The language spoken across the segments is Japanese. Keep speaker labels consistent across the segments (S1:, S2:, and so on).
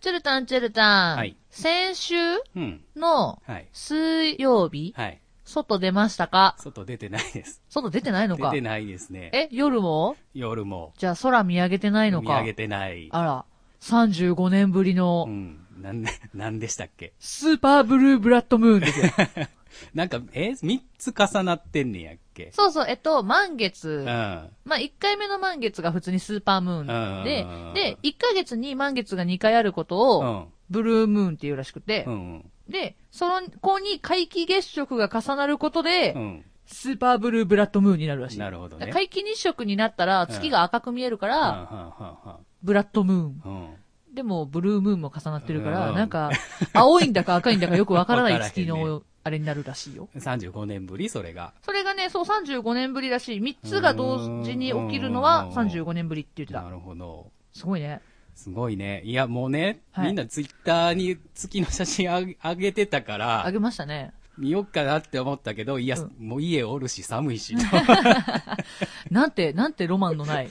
S1: チェルタン、チェルタン。
S2: はい
S1: 先週
S2: うん。
S1: の
S2: はい。
S1: 水曜日、
S2: はい。
S1: 外出ましたか
S2: 外出てないです。
S1: 外出てないの
S2: 出
S1: か
S2: てないですね。
S1: え、夜も
S2: 夜も。
S1: じゃあ空見上げてないの
S2: 見
S1: か
S2: 上げてない。
S1: あら、35年ぶりの、
S2: うん。なんで、なんでしたっけ
S1: スーパーブルーブラッドムーン ですよ。
S2: なんか、え三つ重なってんねやっけ
S1: そうそう、えっと、満
S2: う
S1: 月。
S2: ん。
S1: まあ、1回目の満月が普通にスーパームーンで
S2: うんうんうんうん、
S1: で、1ヶ月に満月が2回あること
S2: う
S1: を、
S2: ん。
S1: ブルームーンっていうらしくて
S2: う、ん。
S1: で、その子に皆既月食が重なることで
S2: う、ん。
S1: スーパーブルーブラッドムーンになるらしい。
S2: なるほどね。
S1: 皆既日食になったら月が赤く見えるから、ブラッドムーン。
S2: うん。うん。うん。うん
S1: でも、ブルームーンも重なってるから、
S2: うん
S1: なんか、青いんだか赤いんだかよくわからな
S2: わか
S1: い
S2: らへんね
S1: 月の、あれになるらしいよ。
S2: 35年ぶりそれが。
S1: それがね、そう35年ぶりらしい。3つが同時に起きるのは
S2: うん
S1: 35年ぶりって言って
S2: な
S1: た。
S2: るほど。
S1: すごいね。
S2: すごいね。いや、もうね、
S1: はい
S2: みんなツイッターに月の写真あげあげてたか
S1: あ
S2: ら、
S1: げましたね。
S2: 見よっかなって思ったけど、いや、
S1: うん
S2: もう家おるし 寒いし、と
S1: なんて、なんてロマンの ない。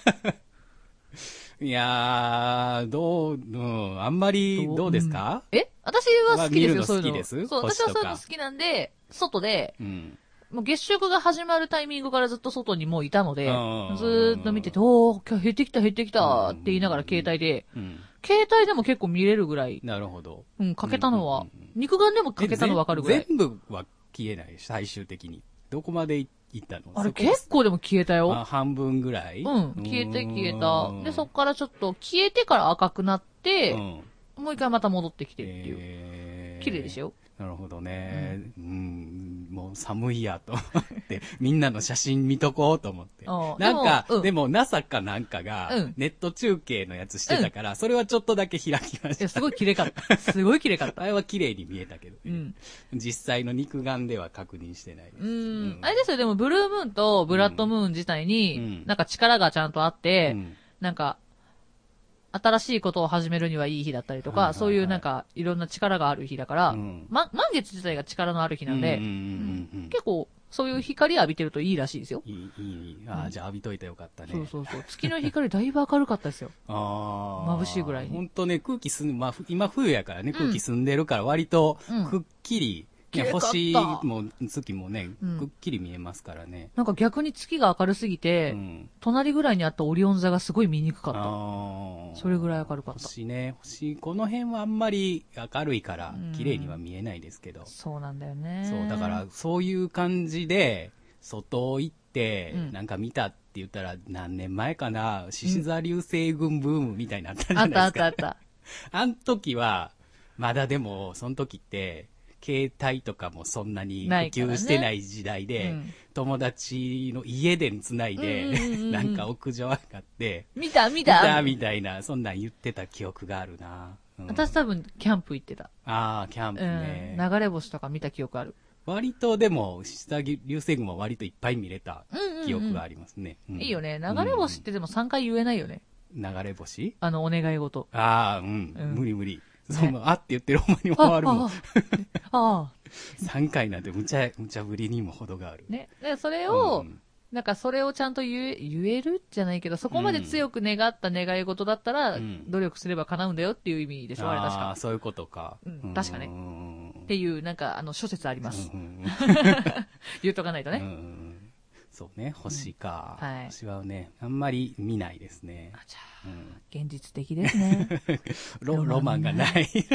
S2: いやー、どう、うん、あんまり、どうですか
S1: んえ私は好きですよ、
S2: まあ
S1: そういうの。
S2: 見るの好きです
S1: そう、私
S2: 星
S1: は
S2: とか
S1: そういうの好きなんで、外で、
S2: うん。
S1: もう月食が始まるタイミングからずっと外にもういたので、ず
S2: うん
S1: ーっと見てて、おー、今日減ってきた減ってきたって言いながら携帯で、
S2: うん。
S1: 携帯でも結構見れるぐらい、
S2: なるほど。
S1: うん、かけたのは
S2: うんうんうん、
S1: 肉眼でもかけたのわかるぐら
S2: え
S1: い。
S2: 全全部は消えない、最終的に。どこまでい行ったの
S1: あれ
S2: そこ
S1: 結構でも消えたよ。
S2: あ半分ぐら
S1: う
S2: い
S1: ん、消えて消えた
S2: う。ん
S1: で、そっからちょっと消えてから赤くなって、
S2: うん。
S1: もう一回また戻ってきてっていう。
S2: えー
S1: 綺麗でし。ょ
S2: なるほどね。うん、もう寒いやと思って、 みんなの写真見とこうと思って。
S1: あー
S2: なんか
S1: でもう、ん
S2: でも NASA かなんかが
S1: うん、
S2: ネット中継のやつしてたから、それはちょっとだけ開き
S1: い
S2: ま
S1: や、
S2: し
S1: す
S2: た。
S1: ごい綺麗か った。すごい綺麗かっ
S2: あ
S1: た。
S2: れは綺麗に見えたけど
S1: う
S2: ね、
S1: ん。
S2: 実際の肉眼では確認してないです。
S1: う
S2: うん
S1: ん。あれですよ、でも、ブルームーンとブラッドムーン自体
S2: う
S1: に
S2: ん、
S1: なんか力がちゃんとあって、
S2: うん
S1: なんか、新しいことを始めるにはいい日だったりとか、
S2: はいはいはい
S1: そういうなんか、いろんな力がある日だから、
S2: うん
S1: ま、満月自体が力のある日なんで、
S2: うんうんうんうん
S1: 結構、そういう光浴びてるといいらしいですよ。
S2: いい、いいいい、あ
S1: う
S2: あ、
S1: ん
S2: じゃあ浴びといてよかったね。
S1: そうそうそう。月の光だいぶ明るかったですよ。
S2: ああ。
S1: 眩しいぐらいに
S2: 本当ね、空気澄ん、まあ、ふ今冬やからね、
S1: ん
S2: 空気澄んでるから割と
S1: うん、
S2: くっきり、ね
S1: 綺麗かった
S2: 星も月もね、
S1: うん
S2: くっきり見えますからね。
S1: なんか逆に月が明るすぎて、
S2: うん。
S1: 隣ぐらいにあったオリオン座がすごい見にくかっ
S2: ああ。
S1: それぐらい明るかった
S2: 星ね、星、この辺はあんまり明るいから
S1: うん、
S2: 綺麗には見えないですけど
S1: た。。そうなんだよね。
S2: そう、だから、、そういう感じで、外行って
S1: う、ん
S2: なんか見たって言ったら、何年前かな、獅子座流星群ブームみたいになったじ
S1: あ
S2: ゃ
S1: っ
S2: ない
S1: たあ
S2: で
S1: っ
S2: すか
S1: た。あった。
S2: あん時は、まだでも、その時って、携帯とかもそんなに普
S1: ないからね
S2: 及してない時代で、
S1: うん
S2: 友達の家でつないで、
S1: うんうんうんうん
S2: なんか屋上上がって、
S1: 見た見
S2: 見
S1: た
S2: たみたいな、そんなん言ってた記憶があるな。うん
S1: 私多分、キャンプ行ってた。
S2: ああ、キャンプね。
S1: うん。流れ星とか見た記憶ある。
S2: 割とでも、下流星群は割といっぱい見れた
S1: うんうんうん
S2: 記憶がありますね。うん
S1: いいよね。流れ星っ、てでも3回言えないよね。
S2: うん流れ星
S1: あの、お願い 事。
S2: ああ、うん、
S1: うん
S2: 無理無理。その、あって言ってるほんまに終わるもん
S1: あ。ああ。
S2: 3回なんて無茶、無茶ぶりにも程がある。
S1: ね。で、それを、
S2: うん
S1: なんかそれをちゃんと言え、言えるじゃないけど、そこまで強く願った願い事だったら、
S2: うん
S1: 努力すれば叶うんだよっていう意味でしょ、あれ確
S2: あ
S1: か
S2: ー。そういうことか。
S1: うん確かね
S2: ね。
S1: っていう、なんか、あの、諸説あります。
S2: うんうん
S1: 言っとかないと
S2: うんう
S1: ね。
S2: んそうね、星か。
S1: うんはい
S2: 星はね、あんまり見ないですね。
S1: あじゃあ、
S2: うん
S1: 現実的です ね。
S2: ロ
S1: ロ
S2: ロ
S1: マ
S2: マ
S1: ン
S2: ン
S1: が
S2: が
S1: な
S2: ない。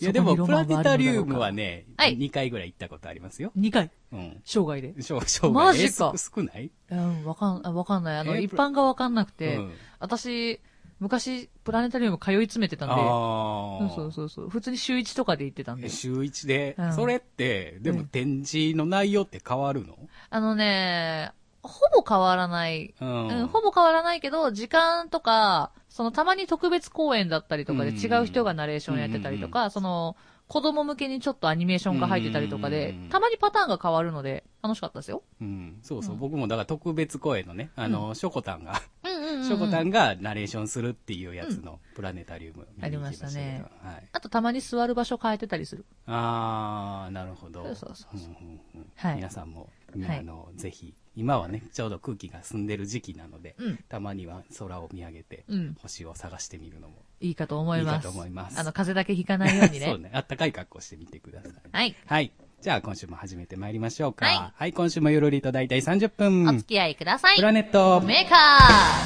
S2: いや、で
S1: そこ
S2: も、
S1: にロ
S2: プ
S1: マ
S2: ラ
S1: ンは
S2: ネ
S1: あるのだ
S2: タリ
S1: ろうか
S2: ウムはね、
S1: はい
S2: 2回ぐらい行ったことありますよ。
S1: 2回、
S2: うん。
S1: 生涯で。
S2: しょ生涯
S1: マジ
S2: えす
S1: か
S2: 少ない
S1: うん、わかん、あわかんない。あの、
S2: え
S1: 一般がわかんなくて、
S2: うん
S1: 私、昔、プラネタリウム通い詰めてたんで、
S2: あ
S1: そう
S2: あ。
S1: そうそうそう、普通に週1とかで行ってたんで
S2: え。週一で
S1: う、ん
S2: それって、で
S1: う
S2: も
S1: ん
S2: 展示の内容って変わるの
S1: あのね、ほぼ変わらない。
S2: う
S1: うん、ほぼ変わらないけど、時間とか、そのたまに特別公演だったりとかで
S2: うん
S1: 違う人がナレーションやってたりとか、その、子供向けにちょっとアニメーションが入ってたりとかで
S2: うん、
S1: たまにパターンが変わるので、楽しかったですよ。
S2: うん、そうそう、
S1: うん
S2: 僕もだから特別公演のね、あの、ショコタンが、
S1: うんうんうんうん
S2: ショコタンがナレーションするっていうやつのプラネタリウム見に行きけど
S1: ありましたね。
S2: はい。
S1: あとたまに座る場所変えてたりする。
S2: あー、なるほど。
S1: そうそうそうそうん
S2: んん
S1: はい
S2: 皆さんも、
S1: はい
S2: あの、ぜひ今はね、ちょうど空気が澄んでる時期なので、
S1: うん
S2: たまには空を見上げて、
S1: うん
S2: 星を探してみるのも。
S1: いいかと思います。
S2: いいかと思います
S1: あの、風邪だけひかないように
S2: そ
S1: ね
S2: う。ね。あったかい格好してみてください。
S1: はい。
S2: はい。じゃあ今週も始めてまいりましょうか。
S1: はい
S2: 今週もゆるりと大体30分。
S1: お付き合いください。
S2: プラネット。
S1: メーカ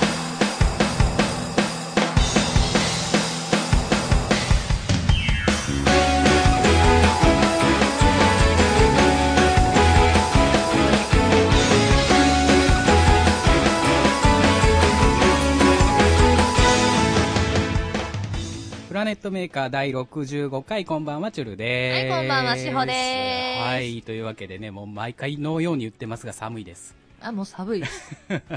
S1: ー
S2: プラネットメーカー第65回、こんばんは、チュルです。
S1: はいこんばんはしほです
S2: はい、というわけでね、もう毎回のように言ってますが、寒いです。
S1: あ、もう寒い です。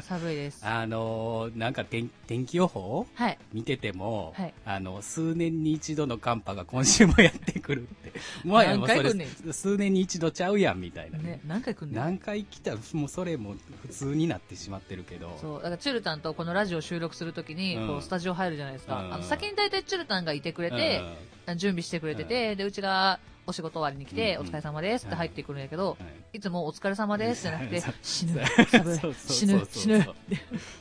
S1: 寒いです。
S2: あのーなんか天天気予報
S1: はい。
S2: 見てても、
S1: はい
S2: あの、数年に一度の寒波が今週もやってくる って。もはやもうそれ
S1: 何回来んね、
S2: 数年に一度ちゃうやん、みたいなね。
S1: ね、何回来んねん
S2: 何回来たら、もうそれも普通になってしまってるけど。
S1: そう、だからチュルタンとこのラジオ収録するときに、
S2: うん
S1: こう、スタジオ入るじゃないですか。
S2: うん
S1: あの、先に大体チュルタンがいてくれて、
S2: うん
S1: 準備してくれてて、で、うちがお仕事終わりに来て、
S2: うんうん
S1: お疲れ様ですって入ってくるんやけど、
S2: はい
S1: いつもお疲れ様ですじゃなくて
S2: そう、、
S1: 死ぬ寒い
S2: そうそうそう、そう
S1: 死ぬ、死ぬ。
S2: も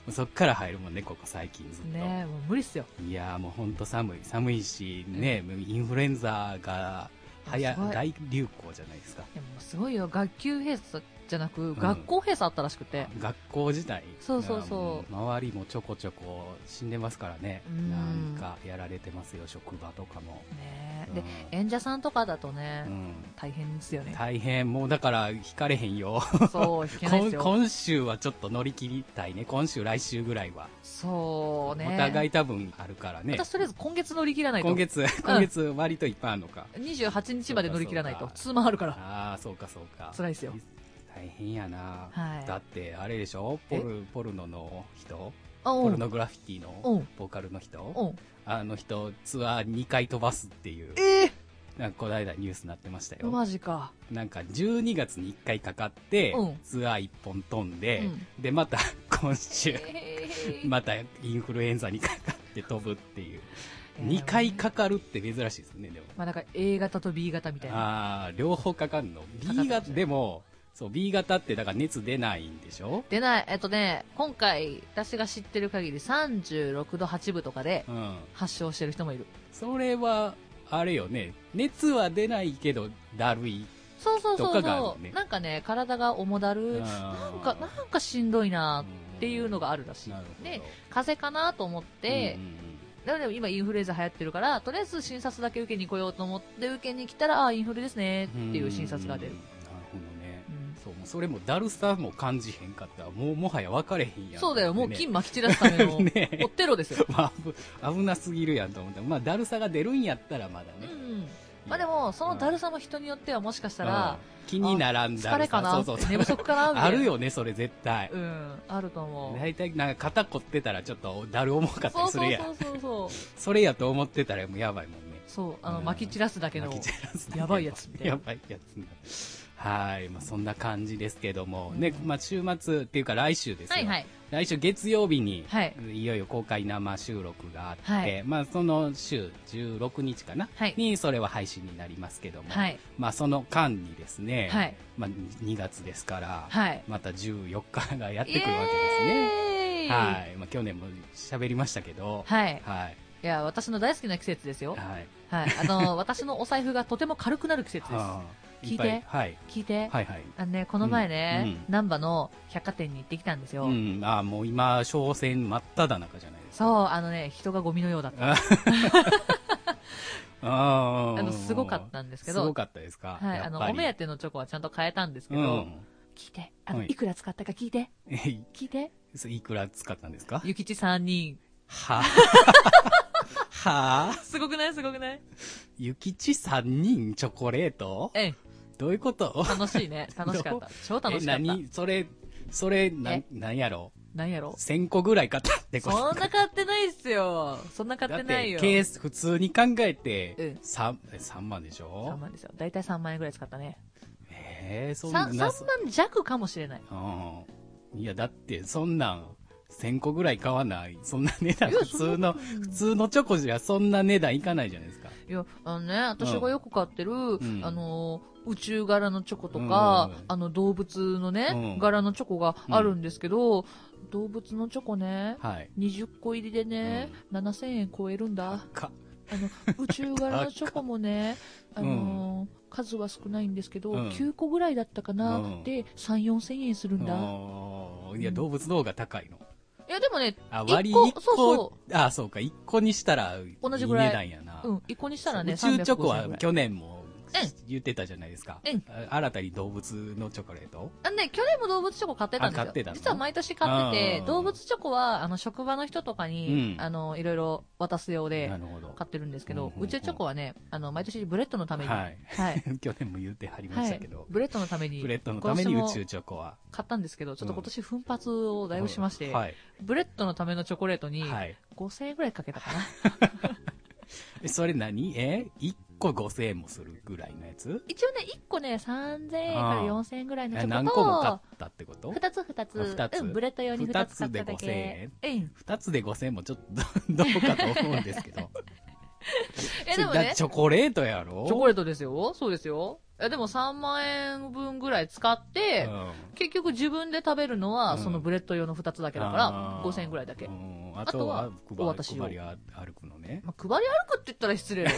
S2: う そっから入るもんね、ここ最近ずっと。
S1: ねもう無理っすよ。
S2: いやーもう本当寒い、寒いし、ね、インフルエンザがはや
S1: すごい
S2: 大流行じゃないですか。
S1: いやもうすごいよ、学級閉鎖じゃなく、
S2: ん
S1: 学校閉鎖あったらしくて、
S2: 学校自体
S1: そうそうそう
S2: なんかも周りもちょこちょこ死んでますからね、
S1: うん
S2: なんかやられてますよ職場とかも、
S1: ね
S2: うん
S1: で、演者さんとかだとね、
S2: うん
S1: 大変ですよね。
S2: 大変もうだから引かれへんよ
S1: そう、弾けないで
S2: 今
S1: すよ。
S2: 今週はちょっと乗り切りたいね今週来週ぐらいは、
S1: そうね。
S2: お互い多分あるからね
S1: 私とりあえず今月乗り切らないと。
S2: 今月今月割といっぱいあるのか、
S1: 28日まで乗り切らない
S2: そう
S1: と。
S2: か
S1: ツーマンあるから。
S2: ああそうかそうか
S1: 辛いですよ
S2: 大変やな、
S1: はい
S2: だってあれでしょポルポルノの人
S1: あ、
S2: ポ
S1: う
S2: ル
S1: ん。
S2: ノグラフィティ
S1: う
S2: の
S1: ん
S2: ボーカルの人、
S1: うん。
S2: あの人、ツアー2回飛ばすっていう、
S1: え
S2: なんかこの間ニュースになってました
S1: ー、
S2: よ。
S1: マジか。
S2: なんか12月に1回かかって、
S1: うん
S2: ツアー1本飛んで、
S1: う
S2: で、また 今週、
S1: えー
S2: またインフルエンザにかかって飛ぶっていう。2回。かかるって珍しいですね、でも。
S1: まあなんか A 型と B 型みたいな。
S2: ああ、両方かかるの。
S1: かっ
S2: B
S1: てま
S2: 型、
S1: したね
S2: でも、そう、B 型ってだから熱出ないんでしょ
S1: 出ない、えっとね、今回、私が知ってる限り36度8分とかで
S2: うん。
S1: 発症してる人もいる。
S2: それは、あれよね、熱は出ないけど、だるい。
S1: そうそうそう
S2: とかがあ
S1: そ
S2: る
S1: う、
S2: ね
S1: なんかね、体が重だる、
S2: な
S1: なんか、なんかしんどいなっていうのがあるらしい
S2: なるほ。ど
S1: で、風邪かなと思って
S2: うん、うんうん
S1: だからでも今インフルエンザ流行ってるから、とりあえず診察だけ受けに来ようと思って受けに来たら、ああ、インフルですねっていう診察が出る
S2: うん。なるほどね
S1: うん
S2: そうもうそれもだるさも感じへんかったらもうもはや分かれへんやん
S1: そうだよ、もう
S2: ね
S1: 金まき散らすための、
S2: ね
S1: もうテロです よ。
S2: まあ危危なすぎるやんと思ったまあだるさが出るんやったらまだ
S1: う
S2: ね、
S1: ん。まあでも、そのだるさも人によってはもしかした
S2: うん
S1: ら、
S2: 気にならんだ
S1: 疲
S2: る
S1: れ
S2: さ
S1: かな
S2: そうそう
S1: 寝不足かなみたいな。
S2: ある。よねそれ絶対
S1: うん、あると思う。
S2: 大体なんか肩凝ってたらちょっとだる重かった
S1: そ
S2: り
S1: う
S2: す
S1: そ
S2: る
S1: う
S2: やんそ
S1: そうそうそう。
S2: れやと思ってたらもうやばいもんね
S1: そう、あの、
S2: うん
S1: まき散らすだけの
S2: 泣。き散らすだけの
S1: やばいやつみたいな
S2: やばいやつになるはい、まあ、そんな感じですけども、
S1: うん
S2: ね、まあ、週末っていうか来週ですよ、
S1: はいはい。
S2: 来週月曜日に、
S1: はい
S2: い、よいよ公開生収録があって、
S1: はい
S2: まあ、その週16日かな、
S1: はい
S2: にそれは配信になりますけども、
S1: はい。
S2: まあ、その間にですね、
S1: はい
S2: まあ、2月ですから、
S1: はい。
S2: また14日がやって
S1: イ
S2: くるわけですね。
S1: エーイ
S2: はいまあ、去年も喋りましたけど、
S1: はい。
S2: はい
S1: いや、私の大好きな季節ですよ。
S2: はい
S1: はい。あの、 私のお財布がとても軽くなる季節です。
S2: はあ
S1: 聞いて
S2: っぱはい、
S1: 聞いて。
S2: はいはい
S1: あのね、この前ね、
S2: う
S1: 難波の百貨店に行ってきたんですよ。
S2: うん、あーもう今、商戦真っ只中じゃないですか。
S1: そう、あのね、人がゴミのようだった。
S2: あ
S1: あの、すごかったんで
S2: です
S1: け
S2: す
S1: ど
S2: ご、かったですか。
S1: はい、
S2: や
S1: あ
S2: っぱり
S1: の、お目当てのチョコはちゃんと買えたんですけど、
S2: うん
S1: 聞いて、あの、
S2: はい
S1: い、くら使ったか聞いて、
S2: えい
S1: 聞いて、
S2: それいくら使ったんですか
S1: ゆきち3人。
S2: はぁはぁ
S1: すごくないすごくない
S2: ゆきち3人チョコレート
S1: ええ、
S2: どういうこと
S1: 楽しい ね。楽しかった。超楽しか
S2: え、
S1: った。
S2: 何それ、それ、な
S1: え、
S2: なんやろ
S1: なんやろ
S2: ?1000 個ぐらい買ったって
S1: そ
S2: こと
S1: んな買ってないっすよ。そんな買ってないよ。
S2: だって、ケース、普通に考えて
S1: うん、
S2: 3、3万でし
S1: 3
S2: ょ
S1: 万ですよ。だいたい3万円ぐらい使ったね。
S2: えー、そん
S1: 3,
S2: な、
S1: 万弱かもしれない。
S2: うん。いや、だって、そんなん、1000個ぐらい買わない。そんな値段、
S1: いや
S2: 普通の、普通のチョコじゃそんな値段いかないじゃないですか。
S1: いや、あのね、私がよく買ってる、
S2: ん
S1: あのー、宇宙柄のチョコとか、
S2: うん
S1: あの、動物のね、
S2: うん
S1: 柄のチョコがあるんですけど、動物のチョコね、
S2: はい。
S1: 20個入りでね、7000円超えるんだ。
S2: か、
S1: あの、宇宙柄のチョコも ね、あのー数は少ないんですけど、
S2: うん
S1: 9個ぐらいだったかな、
S2: うん
S1: で、3、4000円するんだ。
S2: おーいや、動物の方が高いの。
S1: いや、でもね、
S2: あ、
S1: 一個
S2: 割り1個、
S1: そうそ
S2: あ、そうか、1個にしたら、
S1: 同じぐらい
S2: 値段やな。
S1: うん、1個にしたらね、
S2: 宇宙チョコは
S1: 350円ぐらい
S2: 去年も
S1: うん
S2: 言ってたじゃないですか。
S1: うん
S2: あ新たに動物のチョコレート
S1: あのね、去年も動物チョコ買ってたんです
S2: あ
S1: よ。
S2: 買ってたの
S1: 実は毎年買ってて、
S2: うん
S1: 動物チョコは、あの、職場の人とかに、
S2: うん
S1: あの、いろいろ渡すようで
S2: な、るほど。
S1: 買ってるんですけ
S2: うん
S1: ど
S2: うん、うん
S1: 宇宙チョコはね、あの、毎年ブレッドのために、
S2: はい。
S1: はい。
S2: 去年も言ってはりま
S1: は
S2: した
S1: い
S2: けど。。
S1: ブレッドのために、
S2: プレットのために
S1: 今
S2: 宇
S1: 年も
S2: 宙チョコは。
S1: 買ったんですけど、ちょっと今年奮発をだいぶしまして、
S2: はい。
S1: ブレッドのためのチョコレートに、
S2: はい。
S1: 5000円ぐらいかけたかな。
S2: えそれ何え ?1 個5000円もするぐらいのやつ
S1: 一応ね、1個ね、3000円から4000円ぐらいのチョ
S2: え
S1: コ
S2: 何個も買っ
S1: と、
S2: たってこと
S1: 2つ2つ、
S2: あ二つ
S1: うん、ブレッド用に2つ買っただ
S2: 二つで
S1: け。うん。
S2: 2つで5000円もちょっとど うかと思うんですけど。
S1: え、でもね
S2: だ、チョコレートやろ
S1: チョコレートですよ。そうですよ。え、でも3万円分ぐらい使って、結局自分で食べるのは、
S2: うん
S1: そのブレッド用の2つだけだから、5000円ぐらいだけ。
S2: う
S1: ま
S2: んあ
S1: あ
S2: と
S1: とは
S2: は、配
S1: お
S2: り
S1: 渡しを
S2: 配りあ歩くのね。
S1: あ、配り歩くって言ったら 失礼だよ。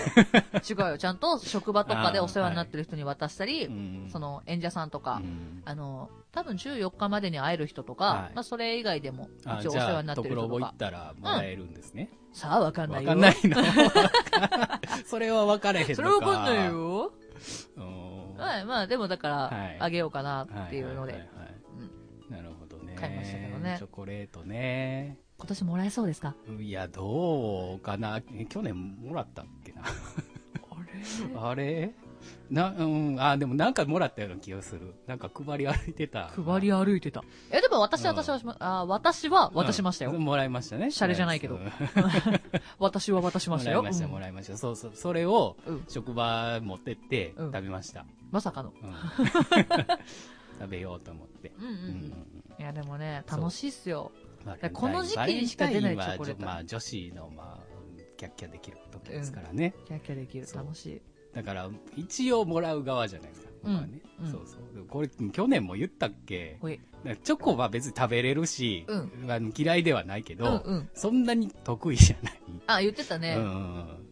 S1: 違うよ。ちゃんと職場とかでお世話になってる人に渡したり、
S2: うん
S1: その演者さんとか、
S2: うん
S1: あの、多分14日までに会える人とか、
S2: はい
S1: まあそれ以外でも、
S2: あ
S1: 一応お
S2: じ
S1: 世
S2: ゃ
S1: 話
S2: あ、
S1: になって
S2: と
S1: る
S2: ころ
S1: 人と
S2: ぼ行
S1: か
S2: っ。たらもらえるんですね。
S1: さあ、わかんな
S2: わ
S1: い
S2: か
S1: よ。
S2: んないの それは分かれへんのか。
S1: それわかんないよ。
S2: うん。
S1: はい、まあでもだか
S2: はい
S1: ら、あげようかな
S2: は
S1: っていうの
S2: は
S1: で
S2: は、はなるほどね。
S1: 買いましたけどね
S2: チョコレートね。
S1: 今年もらえそうですか
S2: いや、どうかな。え去年もらったっ けな。
S1: あれ
S2: あれな、うん、あ、でもなんかもらったような気がする。なんか配り歩いてた。
S1: 配り歩いてた。え、でも私、
S2: うん
S1: 私はしま、あー私は渡しましたよ。
S2: うんもらいましたね。
S1: シャレじゃないけど
S2: うん
S1: 私は渡しま
S2: も
S1: した
S2: らい
S1: よ。
S2: ました、
S1: うん
S2: もらいました。そうそう、それを
S1: うん
S2: 職場持ってって
S1: うん
S2: 食べました。
S1: まさかの。
S2: うん食べようと思って。
S1: うんうん
S2: う
S1: うん。
S2: ん
S1: いや、でもね、
S2: そう
S1: 楽しいっすよ。
S2: バレンタイン
S1: この時期にしか出ない
S2: バレ
S1: チ
S2: ンタインは
S1: ョコレート
S2: まあ、女子の、まあ、キャッキャできる時ですからね。
S1: キャッキャできる。
S2: そう
S1: 楽しい。
S2: だから、一応もらう側じゃないですか。僕はね。
S1: うんうん
S2: そうそう。でもこれ、去年も言ったっけ
S1: ほい。
S2: なんかチョコは別に食べれるし、
S1: う
S2: あの嫌いではないけ
S1: う
S2: ど、
S1: んうん。
S2: そんなに得意じゃない。
S1: あ、言ってたね。
S2: うんうんうん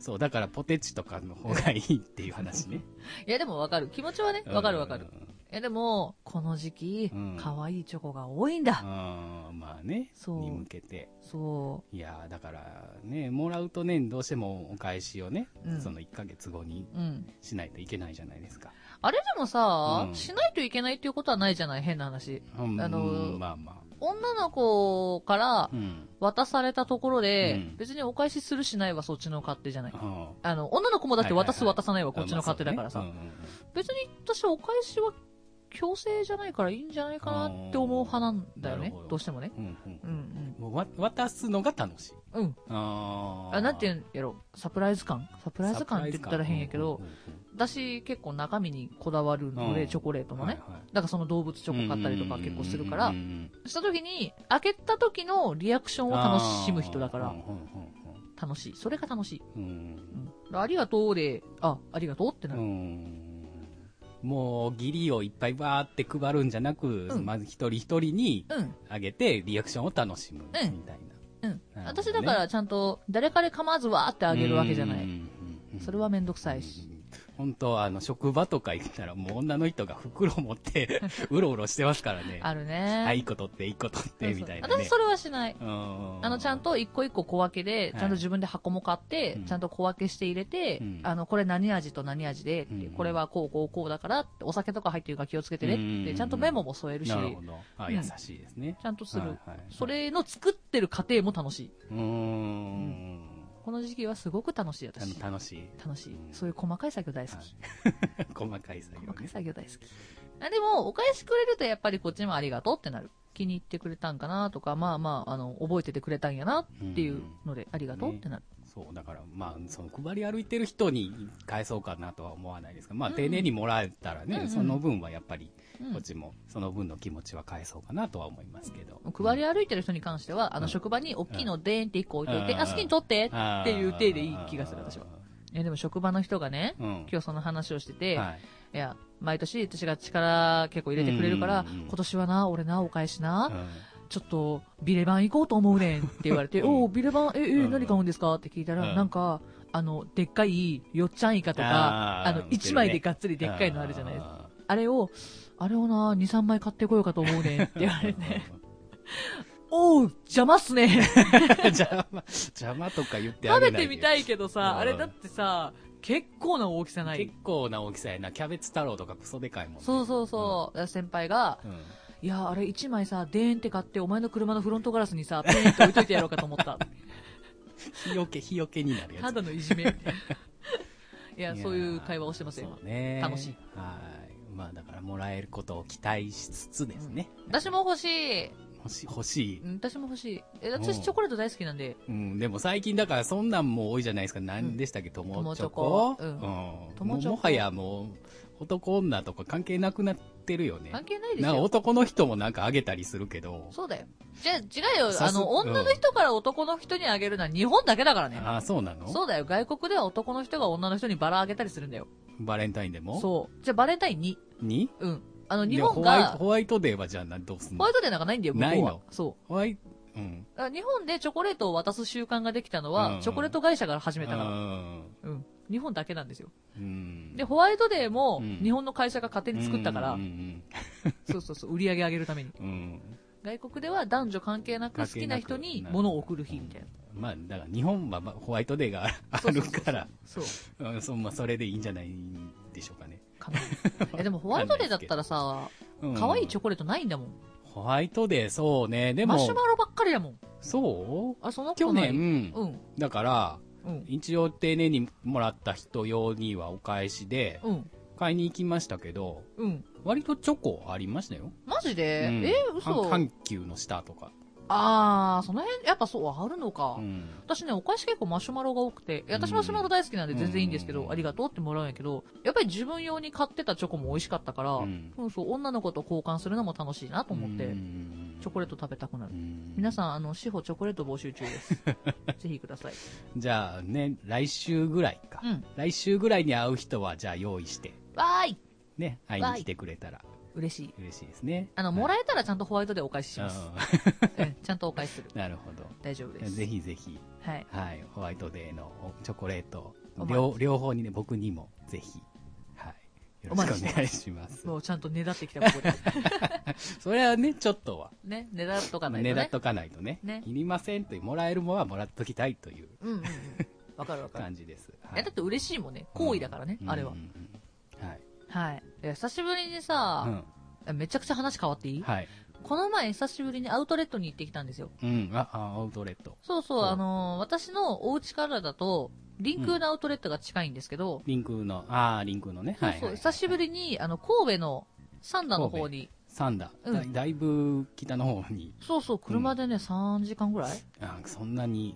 S2: そう、だからポテチとかの方がいいっていう話ね。
S1: いや、でもわかる。気持ちはね、わかるわかる。え、でも、この時期
S2: うん、
S1: 可愛いチョコが多いん
S2: う
S1: だ。
S2: ん。うん、まあね、
S1: そう
S2: に向けて。
S1: そ
S2: いやーだからね、もらうとね、どうしてもお返しをね、
S1: うん
S2: その1ヶ月後に
S1: う。うん。
S2: しないといけないじゃないですか。
S1: あれでもさ
S2: う、ん
S1: しないといけないっていうことはないじゃない変な話。
S2: うん
S1: あのー
S2: うんまあま
S1: 女の子から
S2: あ。うん。
S1: 渡されたところで、
S2: うん
S1: 別にお返しするしないはそっちの勝手じゃない。
S2: うん
S1: あの、女の子もだって渡す
S2: はいはいは
S1: 渡
S2: い
S1: さないはこっちの勝手だからさ。
S2: まあそうねうんうんうん
S1: 別に私お返しは強制じゃないからいいんじゃないかなって思う派なんだよ
S2: な
S1: ね
S2: るほど。
S1: どうしてもね。
S2: うん
S1: う
S2: うんんもうわ渡すのが楽しい。
S1: うん。うん。
S2: あー
S1: あ、なんて言うんやろ。サプライズ感サプライズ感って言ったら変やけど
S2: サプ、ライズ
S1: 私結構中身にこだわるの
S2: う
S1: で、
S2: ん
S1: チョコレート
S2: 感、
S1: も
S2: はい
S1: ね。
S2: はい
S1: だからその動物チョコ買ったりとか結構するから
S2: うんう、ん
S1: した時に、開けた時のリアクション
S2: うん
S1: を
S2: うん
S1: 楽しむ人だか
S2: う
S1: ら
S2: ん、
S1: 楽しい。それが楽しい。
S2: うんうん
S1: うんありがとうで、あ、ありがとうって
S2: う
S1: なる。
S2: んもう義理をいっぱいバーって配るんじゃなく、
S1: うん
S2: まず一人一人に
S1: うん。
S2: あげてリアクションを楽しむみたいな、
S1: うん。
S2: なるほどね
S1: 私だからちゃんと、誰かで構わずわーってあげるわけじゃな
S2: うんう
S1: い。
S2: んうん
S1: それはめんどくさいし。
S2: 本当あの職場とか行ったらもう女の人が袋持って うろうろしてますからね
S1: あるね。
S2: あ一個取って一個取っ
S1: そう
S2: て
S1: そう
S2: みたいなね
S1: 私それはしない。
S2: あ
S1: あの、ちゃんと一個一個小分けで、
S2: はい
S1: ちゃんと自分で箱も買って
S2: うん、
S1: ちゃんと小分けして入れて
S2: うん、
S1: あの、これ何味と何味でって
S2: うん、
S1: これはこうこうこうだからって、お酒とか入ってるから気をつけてねっ
S2: う
S1: て、
S2: ん
S1: ちゃんとメモも添えるし、
S2: なる
S1: ち
S2: ほどあ
S1: うん
S2: 優しいですね、
S1: ゃんとす
S2: はい
S1: る。
S2: はいはい
S1: それの作ってる過程も楽しい。
S2: うーん
S1: この時期はすごく楽しい、
S2: た
S1: 私。
S2: 楽しい
S1: 楽しい
S2: うん。
S1: そういう細かい作業大好き。
S2: はい 細かい作業
S1: 細かい
S2: ね
S1: 作業大好き。あでも、お返しくれるとやっぱりこっちもありがとうってなる。気に入ってくれたんかなとか、まあまあ、あの、覚えててくれたんやなっていうので、ありがとうってなる。
S2: そうだからまあその配り歩いてる人に返そうかなとは思わないですがまあ
S1: うん
S2: 丁寧にもらえたらね、
S1: うんうん
S2: その分はやっぱり
S1: うん
S2: こっちもその分の気持ちは返そうかなとは思いますけど、
S1: 配り歩いてる人に関しては、あ
S2: う
S1: の、
S2: ん
S1: 職場に大きいのでーんって1個置いといて、
S2: うん
S1: あ、好きに取ってっ
S2: っ
S1: ていう体でいい気がする、私は。いやでも職場の人がね、
S2: うん。
S1: 今日その話をしてて、
S2: は
S1: い、
S2: い。
S1: や、毎年私が力結構入れてくれるから、
S2: うんうんうん
S1: 今年はな、俺な、お返しな、
S2: うん
S1: ちょっとビレバン行こうと思うねんって言われて、
S2: うん
S1: おお、ビレバン、え、え、
S2: うん
S1: 何買うんですかって聞いたら、
S2: うん
S1: なんか、あの、でっかい、よっちゃんイカとか、
S2: あー
S1: あの、一枚でがっつりでっかいのあるじゃないですか。あれを、あれをな、2、3枚買ってこようかと思うねんって言われて、 おう、邪魔っす ね
S2: あー 邪魔、邪魔とか言ってあ
S1: 食べ
S2: げない
S1: てみた
S2: い。
S1: いけど
S2: う
S1: さ、
S2: ん
S1: あれだってさ、結構な大きさない
S2: 結。構な大きさやな。キャベツ太郎とかクソでかいもんね。
S1: そうそうそう。先輩が、
S2: うん。
S1: いや、あれ1枚さ、デーンって買って、お前の車のフロントガラスにさ、ペーンって置いといてやろうかと思った。
S2: 日よけ、日よけになるやつ
S1: た。だのいじめ。い や、
S2: いやー
S1: そういう会話をしてますよ、今
S2: そうね
S1: 楽しい。
S2: はい。まあだから、もらえることを期待しつつですね。
S1: 私も欲しい。
S2: 欲しい、欲しい。
S1: うん私も欲しい。え、
S2: う
S1: 私
S2: ん
S1: チョコレート大好きなんで、
S2: うん、でも最近だからそんなんも多いじゃないですか。何でしたっけ、友チョ
S1: 友
S2: コ
S1: チョコうん
S2: うん。も
S1: 友
S2: う
S1: チョコ
S2: もはやもう、男女とか関係なくなってるよね。
S1: 関係ないです
S2: なんか
S1: よ。
S2: 男の人もなんかあげたりするけど。
S1: そうだよ。じゃあ、違うよ。
S2: さ
S1: あ
S2: す
S1: の、女の人から男の人にあげるのは日本だけだからね。
S2: あ、そうなの
S1: そうだよ。外国では男の人が女の人にバラあげたりするんだよ。
S2: バレンタインでも
S1: そう。じゃあ、バレンタインに。
S2: に
S1: うん。あの、
S2: で
S1: 日
S2: ホ
S1: 本
S2: ワイト
S1: が、
S2: ホワイトデーはじゃあなどうすん
S1: ホ
S2: の
S1: ワイトデーなんかないんだよ、向こうは。
S2: ないの
S1: そ
S2: ホワイうん。
S1: う。だから日本でチョコレートを渡す習慣ができたの
S2: うんう
S1: は
S2: ん、
S1: チョコレート会社から始めたか
S2: うん
S1: ら。うん。日本だけなんですよ。
S2: うん。
S1: で、ホワイトデーも
S2: うん、
S1: 日本の会社が勝手に作ったか
S2: う
S1: ら
S2: ん、うん
S1: そうそうそう、売り上げ上げるために。
S2: うんうん。
S1: 外国では男女関係なく好きな人に物を送る日みたいな。
S2: まあ、だから日本はまあホワイトデーがあるから、
S1: そう。
S2: うんそんまあそれでいいんじゃないでしょうかね。
S1: かなえ、でもホワイトデーだったらさ、
S2: うん
S1: 可愛いチョコレートないんだもん。
S2: ホワイトデー、そうね。で
S1: マシ
S2: も
S1: ュ、マロばっかりだもん。
S2: そう
S1: あ、その
S2: 去
S1: 子ない
S2: 年、
S1: うん。
S2: だから、
S1: うん。
S2: 一応丁寧にもらった人用にはお返しで、
S1: うん。
S2: 買いに行きましたけど、
S1: うん。
S2: 割とチョコありましたよ。
S1: マジで、
S2: うん
S1: えー嘘
S2: 阪阪急の下とか。
S1: あー、その辺、やっぱそう、あるのか。
S2: うん
S1: 私ね、お菓子結構マシュマロが多くて、いや私マシュマロ大好きなんで全然いいんですけど、
S2: うん
S1: ありがとうってもらうんやけど、やっぱり自分用に買ってたチョコも美味しかったから、
S2: う
S1: うんん、そう、女の子と交換するのも楽しいなと思って、
S2: うん
S1: チョコレート食べたくなる。
S2: うん
S1: 皆さん、あの、司法チョコレート募集中 です。ぜひください。
S2: じゃあね、来週ぐらいか。
S1: うん。
S2: 来週ぐらいに会う人は、じゃあ用意して、
S1: わーい
S2: ね、会いに来てくれたら
S1: 嬉しい。
S2: 嬉しいですね。
S1: あの、もら
S2: え
S1: えたらちゃんとホワイトでお返しします。うんちゃんとお返しする。
S2: なるほど。
S1: 大丈夫です。
S2: ぜひぜひ、
S1: はい。
S2: はい、ホワイトデーのおチョコレート
S1: お、待ち
S2: 両両方にね、僕にも、ぜひ、はい、よろしくお願いします。
S1: もうちゃんとねだってきた、ここで。
S2: それはね、ちょっとは、
S1: ね、ねだっとかないとね。
S2: ねだっとかないとね
S1: ね、
S2: いりませんという、もらえるものはもらっときたいという
S1: うんうんうん。わかるわかる。
S2: 感じです。
S1: えだって嬉しいもんね。好意だからね、あれは
S2: うん。うんうんはい。
S1: はい。え久しぶりに
S2: う
S1: さ、
S2: ん
S1: えめちゃくちゃ話変わっていい
S2: はい。
S1: この前久しぶりにアウトレットに行ってきたんですよ。
S2: うん、あ、あアウトレット。
S1: そうそう、
S2: うん
S1: あのー私のお家からだと、リンクのアウトレットが近いんですけど、
S2: リンクの、ああ、リンクのね。
S1: そうそう、久しぶ
S2: り。
S1: りに、あの、神戸のサンダの方に、
S2: サンダー。
S1: うん
S2: だだいぶ北の方に、
S1: そうそう、車でね、3時間ぐらい
S2: あそんなに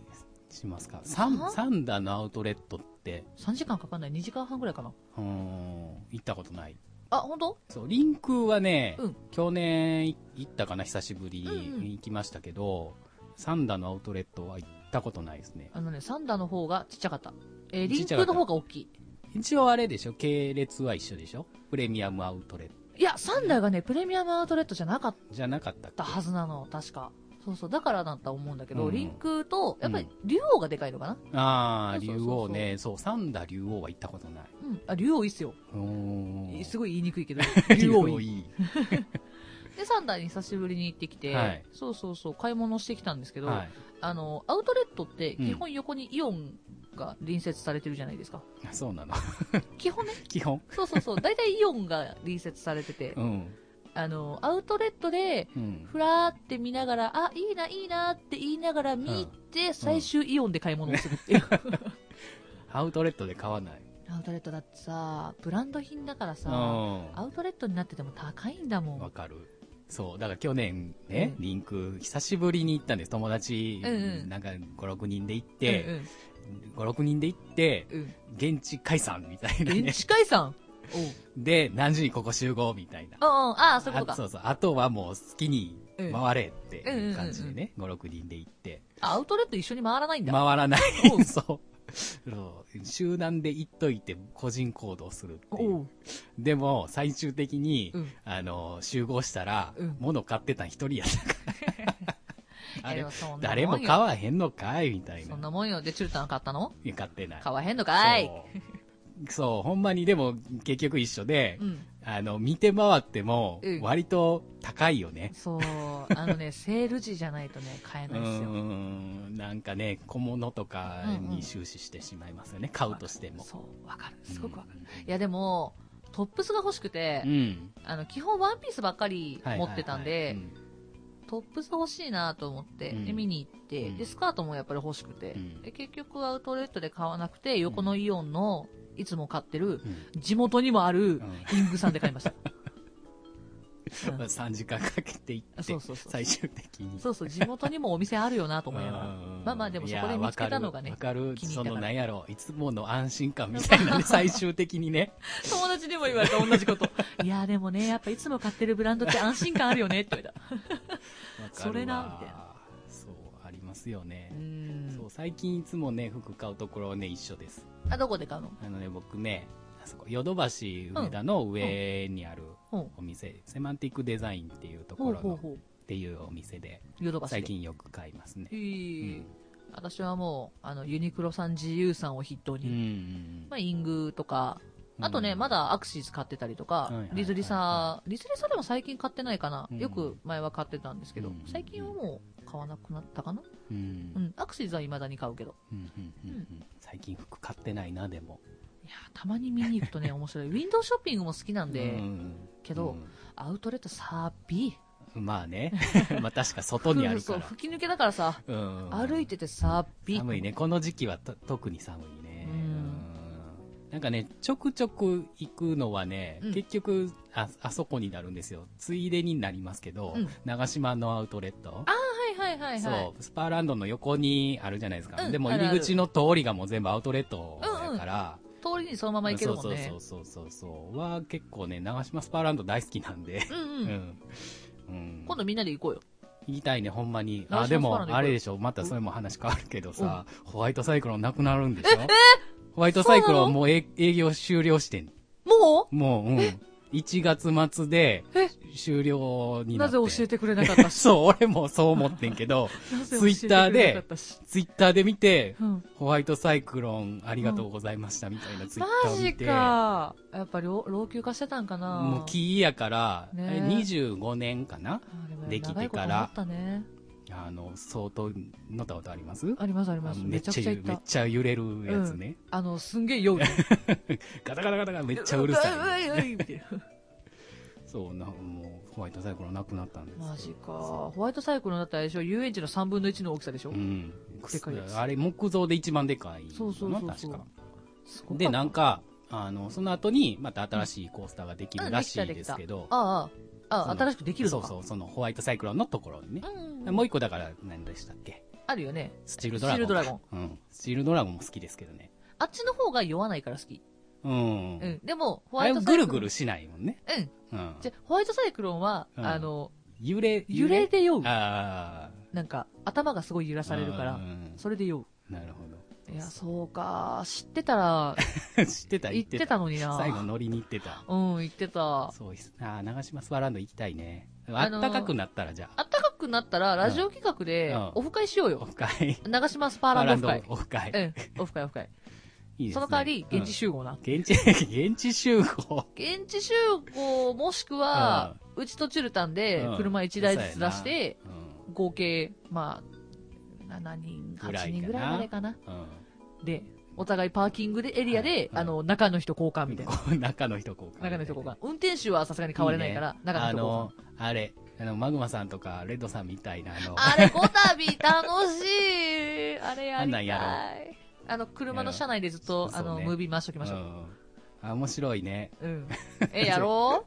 S2: しますか。サン
S1: あ
S2: サンダーのアウトレットって、
S1: ?3 時間かかんない、2時間半ぐらいかな。
S2: うーん、行ったことない。
S1: あ、本当？
S2: そう、リンクはね、
S1: うん
S2: 去年行ったかな、久しぶり
S1: うんうん
S2: に行きましたけど、サンダーのアウトレットは行ったことないですね。
S1: あのね、サンダの方がちっちゃかった。えーリ
S2: ちっ
S1: ン
S2: ち
S1: ク
S2: ゃかった
S1: の方が大きい。
S2: 一応あれでしょ系列は一緒でしょプレミアムアウトレット
S1: いや、サンダがね、プレミアムアウトレットじゃなかっ
S2: じゃなかったっけ
S1: たはずなの、確か。そうそう、だからだと思うんだけど、
S2: うん
S1: リンクと、やっぱり
S2: う
S1: 竜王がでかいのかな、
S2: ああ、
S1: そう
S2: 竜
S1: そうそうそう
S2: 王ね。そう、サンダ竜王は行ったことない。
S1: うん、あ、竜王いいっすよ。
S2: おー、
S1: すごい言いにくいけど 竜王いい。
S2: いい。
S1: で、サンダーに久しぶりに行ってきて、
S2: はい
S1: そうそうそう、買い物してきたんですけど、
S2: はい。
S1: あの、アウトレットって基本横にイオンが隣接されてるじゃないですか。
S2: あそうなの。
S1: 基 本ね、
S2: 基本。
S1: そうそうそう、大体イオンが隣接されてて
S2: う、ん。
S1: あの、アウトレットで、
S2: うん。
S1: ふらーって見ながら、あ、いいな、いいなって言いながら見て、最終イオンで買い物をするっていう。
S2: アウトレットで買わない。
S1: アウトレットだってさ、ブランド品だから
S2: うん。
S1: さ、ア
S2: わ
S1: ウトレットになってても高いんだもん。
S2: かる。そう。だから去年ね、
S1: う
S2: リンク、久しぶりに行ったんです。友達、
S1: うんうん
S2: なんか5、6人で行っ
S1: う
S2: て、
S1: ん
S2: 5、6人で行って、
S1: うん、うん。
S2: 現地解散みたいなね
S1: 現。地解散おう
S2: で、何時にここ集合みたいな。
S1: うんうん、ああ、そういうこと
S2: あそ
S1: か。
S2: うそう。あとはもう好きに
S1: うん
S2: 回れっていう感じでね、5、6人で行って。
S1: アウトレット一緒に回らないんだ。
S2: 回らない。
S1: おう
S2: そう。そう集団で行っといて個人行動するってい
S1: お
S2: う
S1: う。
S2: でも最終的に、
S1: うん
S2: あの集合したら、
S1: うん
S2: 物買ってたん一人や ったからあ
S1: いやで
S2: れ
S1: もそんなもんよ
S2: 誰も買わへんのかいみたい
S1: そ
S2: なん
S1: なもんよ。で、チュルタン買ったの
S2: いや買ってない
S1: 買わへんのかい。
S2: そうそうほんまにでも結局一緒で、
S1: うん。
S2: あの見て回っても
S1: うん
S2: 割と高いよね、
S1: そう。あのね、セール時じゃないとね、買え
S2: う
S1: ないですよ。
S2: んなんかね小物とか
S1: うんうん
S2: に終始してしまいますよね、買うとしても
S1: そう、わかる。すごくわかる。いや、でも、トップスが欲しくて、
S2: うん
S1: あの、基本ワンピースばっかり持ってたんで、
S2: はいはいはい
S1: トップス欲しいなと思って、
S2: うん
S1: で見に行って、
S2: うん
S1: でスカートもやっぱり欲しくて、
S2: うん
S1: で結局アウトレットで買わなくて横のイオンのいつも買ってる
S2: うん
S1: 地元にもあるイングさんで買いま した、
S2: うん3時 間かけて行って
S1: そうそうそう
S2: 最終的に
S1: そうそう地元にもお店あるよなと思いながら
S2: うん
S1: まあまあでもそこで見つけたのがね
S2: いやわかるわ
S1: 気
S2: か
S1: に入ったか
S2: るそ
S1: ら
S2: のなんやろいつもの安心感みたいなね最終的にね
S1: 友達にも言われた同じこと いやでもねやっぱいつも買ってるブランドって安心感あるよねって言われた
S2: わかるわ
S1: それなみたいな
S2: そうありますよね
S1: う、ん
S2: そう最近いつもね服買うところね一緒です
S1: あどこで買うの
S2: あのね僕ねあそこヨドバシ梅田の上にある
S1: ほう
S2: お店、セマンティックデザインっていうと
S1: ほ
S2: こ
S1: う
S2: ろ
S1: ほう
S2: の
S1: ほ
S2: っていうお店で
S1: うヨドバシで
S2: 最近よく買いますね
S1: へえ
S2: うん
S1: 私はもうあのユニクロさん GU さんを筆頭
S2: うん
S1: に、
S2: うんうん
S1: まあ、イングとか、あとね、
S2: うん
S1: まだアクシーズ買ってたりとか
S2: はいはいはいは、い
S1: リズリサ、リズリサでも最近買ってないかな
S2: う。ん
S1: よく前は買ってたんですけど
S2: うん、
S1: 最近はもう買わなくなったかな。
S2: うん
S1: う
S2: うん
S1: ん、アクシーズは未だに買うけど。
S2: うんうんうんうん最近服買ってないなでも
S1: いやー、たまに見に行く とね、面白い。ウィンドウショッピングも好きなん
S2: うんう
S1: で、
S2: ん
S1: けどアウトレットさび。
S2: うんまあね まあ確か外にあるか
S1: そう、
S2: ら
S1: 吹き抜けだからさ、
S2: うん
S1: 歩いててさび。
S2: 寒いねこの時期はと特に寒いね
S1: う
S2: うんんなんかねちょくちょく行くのはね、
S1: うん
S2: 結局ああそこになるんですよついでになりますけど、
S1: うん
S2: 長島のアウトレッ
S1: は
S2: ト
S1: いはいはいはい。
S2: そうスパーランドの横にあるじゃないですか、
S1: うん
S2: でも
S1: あるある
S2: 入り口の通りがもう全部アウトレットだから、
S1: 通りにそのまま行けるもんね
S2: そう。そうそうそうそうは結構ね長島スパーランド大好きなんで
S1: うん
S2: う
S1: うん。
S2: ん、うん、
S1: 今度みんなで行こうよ。
S2: 行きたいねほんまに
S1: 長島
S2: あ
S1: スパ
S2: で
S1: ーランド行こう
S2: もあれでしょまたそれも話変わるけどさ、ホワイトサイクロンなくなるんでしょホワイトサイク
S1: そうな
S2: ロ
S1: の
S2: ンもうえ営業終了してん
S1: も
S2: もううん1月末で
S1: うえ
S2: 終了に
S1: な
S2: なっ
S1: ぜ
S2: て
S1: 教えてくれなかったし。
S2: そう俺もそう思ってん けど
S1: なぜ教
S2: ツイ
S1: えてくれ
S2: ッタ
S1: なか
S2: ーで
S1: ったし
S2: ツイッターで見て
S1: うん
S2: ホワイトサイクロンありがとうございましたみたいなツイッター
S1: マ
S2: を見
S1: ジ
S2: て、
S1: か。やっぱり老老朽化してたんかな。
S2: もう木やから、
S1: ね
S2: え25年かな
S1: あーも
S2: でき
S1: 長
S2: て
S1: いこ
S2: か
S1: と
S2: ら
S1: 思ったね。
S2: あの、相当乗ったことあります
S1: ありますあります。
S2: あのめ
S1: め
S2: っ
S1: ちゃくち
S2: ち
S1: ゃ
S2: ゃゆ
S1: 行っ。
S2: めったちゃ揺れるやつね、
S1: あの、すんげえ酔う。めっ
S2: ガタガタガタガタめっちゃうるさい。
S1: い。ういういうみたいな
S2: そうなもうホワイトサイクロンなくなったんです よ
S1: マジか。ホワイトサイクルになったらあれでしょ遊園地の3分の1の大きさでしょ
S2: うん
S1: でかいやつ
S2: あれ木造で一番でかいの
S1: そうそうそうそう
S2: 確か
S1: すごかった
S2: でなんかあのその後にまた新しいコースターができるらしいですけど、
S1: ああ、ああ、
S2: その
S1: 新しくできる
S2: そ
S1: の
S2: う
S1: か。
S2: そうそのホワイトサイクロンのところにね、
S1: うん
S2: もう一個だから何でしたっけ
S1: あるよね。
S2: スチールドラゴン
S1: スチールドラゴン
S2: うん、スチールドラゴンも好きですけどね
S1: あっちの方が酔わないから好き。
S2: うん、
S1: うん。でも、ホ
S2: あ
S1: ワ
S2: れ
S1: イ
S2: は
S1: トサイクロ
S2: ぐる
S1: ン。
S2: ぐるしないもんね、
S1: うん。
S2: うん、
S1: じゃあホワイトサイクロンは、
S2: うん
S1: あの、
S2: 揺れ
S1: 揺れで酔う。
S2: ああ
S1: なんか、頭がすごい揺らされるから
S2: うんう、ん
S1: それで酔う。
S2: うんなるほ
S1: いや、そうか。知ってたら、
S2: ど 知ってた
S1: 行ってたのにな。
S2: 最後乗りに行ってた
S1: うん、行ってた。
S2: そうですあー長島スパランド行きたいねあ
S1: あのー
S2: ったかくなったらじゃ
S1: あ
S2: あ
S1: ったかくなったら、ラジオ企画で
S2: うん、
S1: オフ会しよう
S2: オ
S1: よ。
S2: フ会ス
S1: 長島スパーランドオフ
S2: オフ会
S1: 会。うん、オフ会オフ会。
S2: いいですね
S1: その代わり、現地集合な。
S2: うん現地現地集合
S1: 現地集合もしくは、うちとチュルタンで
S2: うん
S1: 車1台ずつ出して、
S2: そうや
S1: 合計、まあ、7人、
S2: ぐらいかな
S1: 8人ぐらいまでかな。
S2: なうん
S1: で、お互いパーキングで、エリアで、
S2: うん
S1: あの、中の人交換みたいな。
S2: うん中の人交換
S1: 中の人交換。運転手はさすがに変われないから、中の
S2: あ
S1: 人交換
S2: の。あれあのマグマさんとかレッドさんみたいなあの
S1: あれ、こたび楽しい。あれや
S2: あ
S1: り
S2: ん
S1: た。
S2: ないんやろ
S1: あの、車の車内でずっと、
S2: や
S1: あ
S2: ろうそう
S1: の、
S2: ね
S1: ムービー回しときましょ
S2: う
S1: う。
S2: んあ面白いね
S1: うん。え、やろ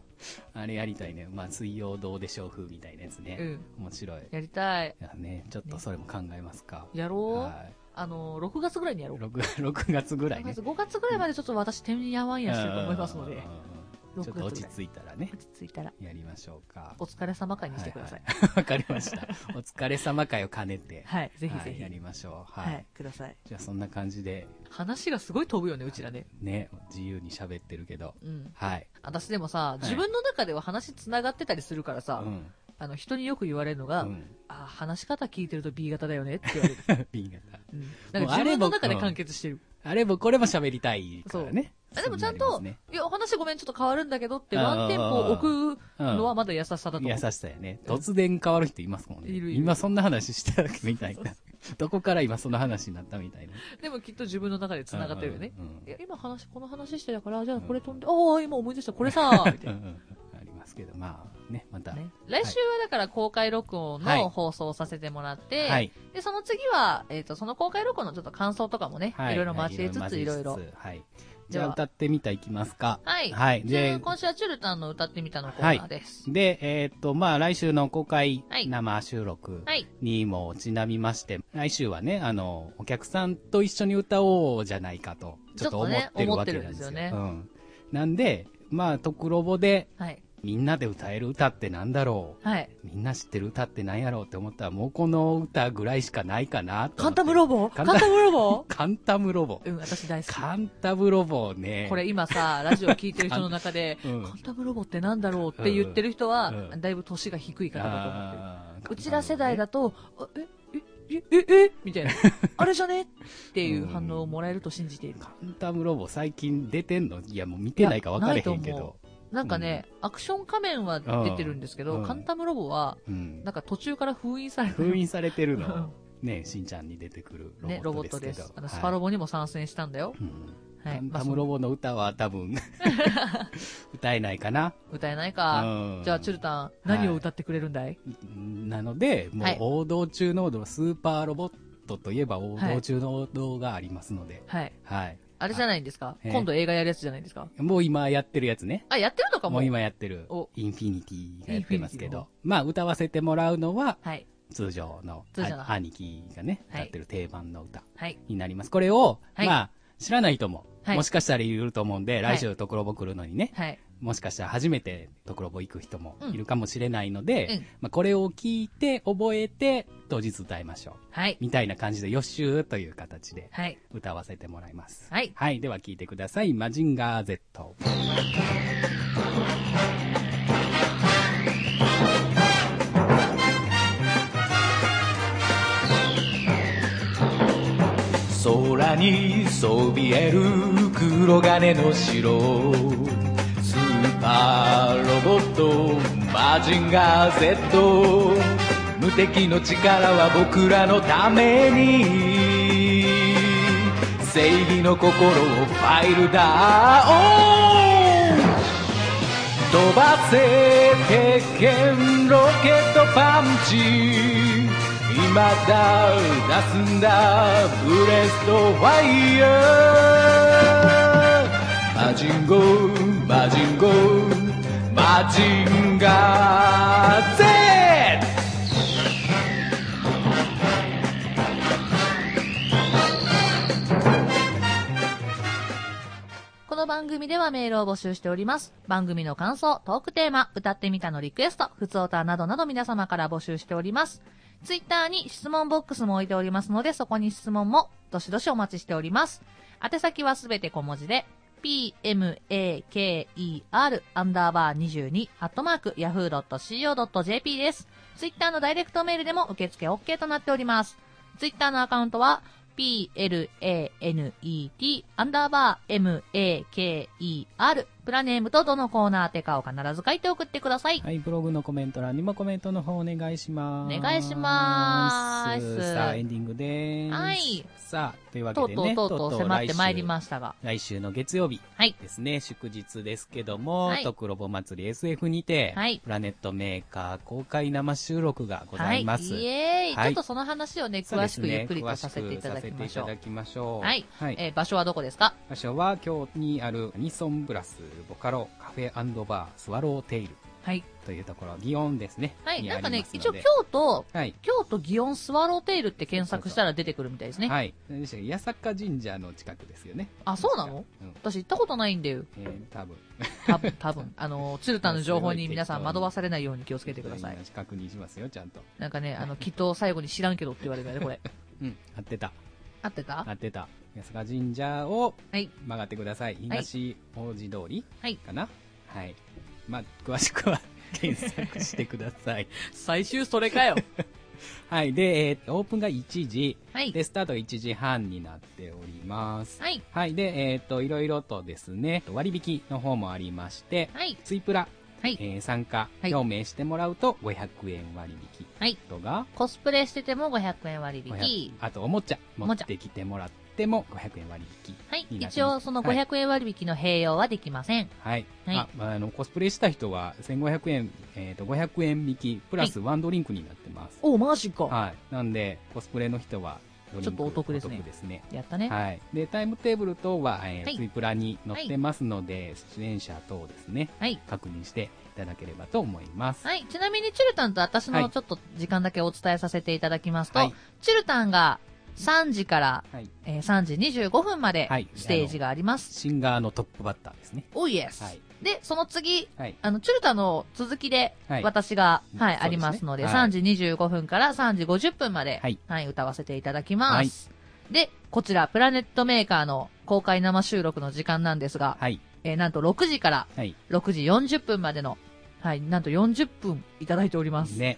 S2: あれやりたいね。まあ、水曜どうでしょう風みたいなやつ
S1: う
S2: ね。
S1: うん。
S2: 面白い。い
S1: やりたい。
S2: やね、ちょっとそれも考えますか。
S1: やろう
S2: は
S1: あの、6月ぐらいにや
S2: い。
S1: ろう。
S2: 6, 6月ぐらい
S1: 5
S2: ね
S1: 月。5月ぐらいまでちょっと私、てんやわんやしてると思いますの
S2: うん
S1: で
S2: うんう。んちょっと落ち
S1: い
S2: 着いたらね、
S1: 落ち着いたら
S2: やりましょうか。
S1: お疲れ様会にしてください
S2: はは はわかりました。お疲れ様会を兼ねて、
S1: はい、ぜひ
S2: は
S1: ぜ
S2: い
S1: ひ
S2: やりましょう。
S1: は
S2: はい
S1: い、ください
S2: じゃあそんな感じで、
S1: 話がすごい飛ぶよねうちらね
S2: ね、自由に喋ってるけど、
S1: うん
S2: はい。
S1: 私でもさ自分の中では話つながってたりするから
S2: う
S1: さ、
S2: ん。
S1: あの人によく言われるのが、
S2: うん。
S1: あ話し方聞いてると B 型だよねって言われる、
S2: B 型。
S1: うん、なんか自分の中で完結してる
S2: あれもこれも喋りたいからね。
S1: あでもちゃん
S2: そ
S1: と、
S2: うなり
S1: いや、お話ごめん、ちょっと変わるんだけどって、
S2: あー
S1: ワンテンポ置くのはまだ優しさだと思
S2: ま
S1: う。
S2: すね、優しさやね。突然変わる人いますもんね。
S1: いるいる
S2: 今そんな話したみたいな。どこから今その話になったみたいな。
S1: でもきっと自分の中で繋がってるよね。
S2: うんうん
S1: いや、今話、この話してたから、じゃあこれ飛んで、ああ、今思い出した、これ
S2: う
S1: さ
S2: ん。
S1: みたいな。
S2: うんうんありますけど、まあ、ね、また。
S1: ね来週はだから公開録音
S2: はい
S1: の放送をさせてもらって、
S2: はい。
S1: で、その次は、えっ、と、その公開録音のちょっと感想とかもね、、
S2: はい
S1: ろいろ交えつつ、いろいろ
S2: 交。えつつはい。
S1: じ
S2: じ
S1: ゃあ
S2: ゃあ歌ってみたいきますか。
S1: はい。
S2: はい。で、
S1: 今週はチュルタンの歌ってみたのコーナーです。
S2: で、えーっと、まあ来週の公開
S1: はい
S2: 生収録
S1: はい。
S2: にもちなみまして、来週はね、あの、お客さんと一緒に歌おうじゃないかと、ちょっと思ってるわけなんです
S1: ちょ
S2: よ。
S1: っとね
S2: う
S1: 思
S2: ん。なんで、まあ、とくろぼで、
S1: はい。
S2: みんなで歌える歌ってなんだろ
S1: はい。
S2: うみんな知ってる歌ってなんやろうって思ったら、もうこの歌ぐらいしかないかなと
S1: カン
S2: 思って
S1: タムロボカ
S2: カ
S1: ン
S2: ンタ
S1: タムロボ
S2: カンタムロ ボ。
S1: うん、私大好き。
S2: カンタムロボね。
S1: これ今さ、ラジオ聞いてる人の中で、
S2: うん
S1: カンタムロボってなんだろうって言ってる人は、
S2: うん
S1: だいぶ年が低い方だと思ってる。
S2: あー
S1: うちら世代だと、あえ、え、え、え、えみたい な。あれじゃねっていう反応をもらえると信じている。
S2: カンタムロボ最近出てんのいや、もう見てないか分からへん
S1: い
S2: け
S1: やないと
S2: ど。
S1: なんかね、アクション仮面は出てるんですけど、
S2: うん
S1: カンタムロボは、
S2: うん
S1: な。んか途中から封印される。
S2: 封印されてる
S1: うん
S2: の。ね、しんちゃんに出てくる
S1: ね、
S2: ロ
S1: ロ
S2: ボ
S1: ボ
S2: ッ
S1: ッ
S2: ト
S1: ト
S2: で
S1: です
S2: けど。
S1: す。あの、スパロ
S2: ボ。
S1: ボにも参戦したんだよ。
S2: うん
S1: は
S2: カ
S1: い。
S2: ン
S1: まあ
S2: タムロボの歌は 多分、歌えないかな。
S1: そ歌えないか。
S2: うん
S1: じゃあ、チュルタン、何を歌ってくれるんだい
S2: なので、も
S1: はいう
S2: 王道中の王道、スーパーロボットといえば王道中の王道がありますので、
S1: はい。
S2: はい。
S1: あれじゃないんですか
S2: えー
S1: 今度映画やるやつじゃないですか
S2: もう今やってるやつね。
S1: あ、やってるのかも。
S2: もう今やってる
S1: お、
S2: インフィニティがやってますけ
S1: インフィニティの
S2: ど、まあ歌わせてもらうのは、
S1: はい。
S2: 通常の
S1: 通常の
S2: あ兄貴がね、
S1: はい
S2: 歌ってる定番の歌
S1: はい。
S2: になります。これを、
S1: はい
S2: まあ、知らない人も、
S1: はい
S2: もしかしたらいると思うんで、
S1: はい
S2: 来週ところぼ来るのにね、
S1: はい。
S2: もしかしたら初めてところぼ行く人も
S1: うん
S2: いるかもしれないので、
S1: うん
S2: まあ、これを聞いて、覚えて、当日歌いましょう。
S1: はい。
S2: みたいな感じで予習という形で
S1: はい。
S2: 歌わせてもらいます。
S1: はい
S2: はい、では聞いてください。マジンガー Z。
S3: 空にそびえる黒金の城スーパーロボットマジンガー Z 無敵の力は僕らのために正義の心をファイルだオン飛ばせ鉄拳ロケットパンチ今だ出すんだブレストファイヤーマジンゴーマジンゴーマジンガー Z
S1: この番組ではメールを募集しております。番組の感想、トークテーマ、歌ってみたのリクエスト、ふつおたなどなど皆様から募集しております。ツイッターに質問ボックスも置いておりますので、そこに質問も、どしどしお待ちしております。宛先はすべて小文字で、pmaker アンダーバー22、アットマーク、yahoo.co.jp です。ツイッターのダイレクトメールでも受付 OK となっております。ツイッターのアカウントは、planet アンダーバー maker プラネームとどのコーナーてかを必ず書いて送ってください。
S2: はい、ブログのコメント欄にもコメントの方お願いします。
S1: お願いします
S2: さあ、エンディングです。
S1: はい。
S2: さあ、というわ
S1: と
S2: け
S1: う
S2: で
S1: とう
S2: ね、
S1: とうとう迫ってまいり
S2: す。
S1: ましたが。
S2: 来週の月曜日
S1: はい。
S2: ですね、祝日ですけども、
S1: はい
S2: とくろぼ祭り SF にて、
S1: はい
S2: プラネットメーカー公開生収録がござ
S1: はいい。
S2: ます。
S1: イエーイ、
S2: はい
S1: ちょっとその話をね、
S2: そう
S1: 詳
S2: で
S1: し
S2: す
S1: く
S2: ね
S1: ゆっくりとさせていただきましょ
S2: 詳くさせていただ
S1: う。
S2: きましょう
S1: はい
S2: はい。
S1: えー場所はどこですか
S2: 場所は京都にあるアニソンブラスボカロカフェバースワローテイル
S1: はい。
S2: というところ、祇園ですね。
S1: はい。
S2: に
S1: なんか
S2: あり
S1: ね
S2: ま、すの
S1: 一応
S2: で
S1: 京都、
S2: はい。
S1: 京都祇園スワローテイルって検索したら出てくるみたいですね。
S2: はい。何でしたっけ八坂神社の近くですよね。
S1: あ、そうなの
S2: うん。
S1: 私行ったことないんだよ。
S2: えー、多分。
S1: 多分、多分。あの、鶴田の情報に皆さ ん惑わされないように気をつけてください。
S2: 確認しますよ、ちゃんと。
S1: なんかね、あの、きっと最後に知らんけどって言われるからね、これ。
S2: うん。合ってた。
S1: 合ってた
S2: 合ってた。八坂神社を
S1: はい。
S2: 曲がってください。東大路通り
S1: はい。
S2: かなはい。まあ、詳しくは検索してくだ さい。
S1: 最終それかよ。
S2: はい。で、えーオープンが1時。
S1: はい
S2: で、スタートが1時半になっております。
S1: はい。
S2: はい。で、えっ、と、いろいろとですね、割引の方もありまして、
S1: はい。
S2: ツイプラ、
S1: はい。
S2: えー参加
S1: はい
S2: 表明してもらうと500円割引
S1: はい。
S2: とが、
S1: コスプレしてても500円割
S2: 500
S1: 引。
S2: あとおもちゃ
S1: お
S2: 持
S1: も
S2: っ
S1: ちゃ
S2: てきてもらっても500円割引。
S1: はい。
S2: いいな
S1: 一応、その
S2: はい
S1: 500円割引の併用はできません。
S2: はい。
S1: はい
S2: あ、まああの、コスプレした人は1500円、えっ、と、500円引き、プラスワンドリンクになってます。
S1: お、マジ
S2: はい。
S1: か。
S2: なんで、コスプレの人はドリンク、
S1: ちょっとお得ですね
S2: お得ですね。
S1: やったね。
S2: はい。で、タイムテーブル等は、えー
S1: はい
S2: ツイプラに載ってますので、出演者等ですね、
S1: はい。
S2: 確認していただければと思います。
S1: はい。ちなみに、チルタンと私
S2: は
S1: の
S2: い
S1: ちょっと時間だけお伝えさせていただきますと、
S2: はい
S1: チルタンが3時から、
S2: はい。
S1: えー3時25分まで
S2: はい
S1: ステージがあります。
S2: シンガーのトップバッターですね。
S1: おいえす
S2: はい。
S1: で、その次、
S2: はい。
S1: あの、チルタの続きで
S2: はい、
S1: 私が、
S2: うん
S1: はい、
S2: そうですね
S1: ありますので、
S2: はい
S1: 3時25分から3時50分まで、は
S2: はいい、
S1: 歌わせていただきます。で、こちら、プラネットメーカーの公開生収録の時間なんですが、
S2: はい。
S1: えーなんと6時から
S2: はい。
S1: 6時40分までの、はい、なんと40分いただいております。
S2: ね。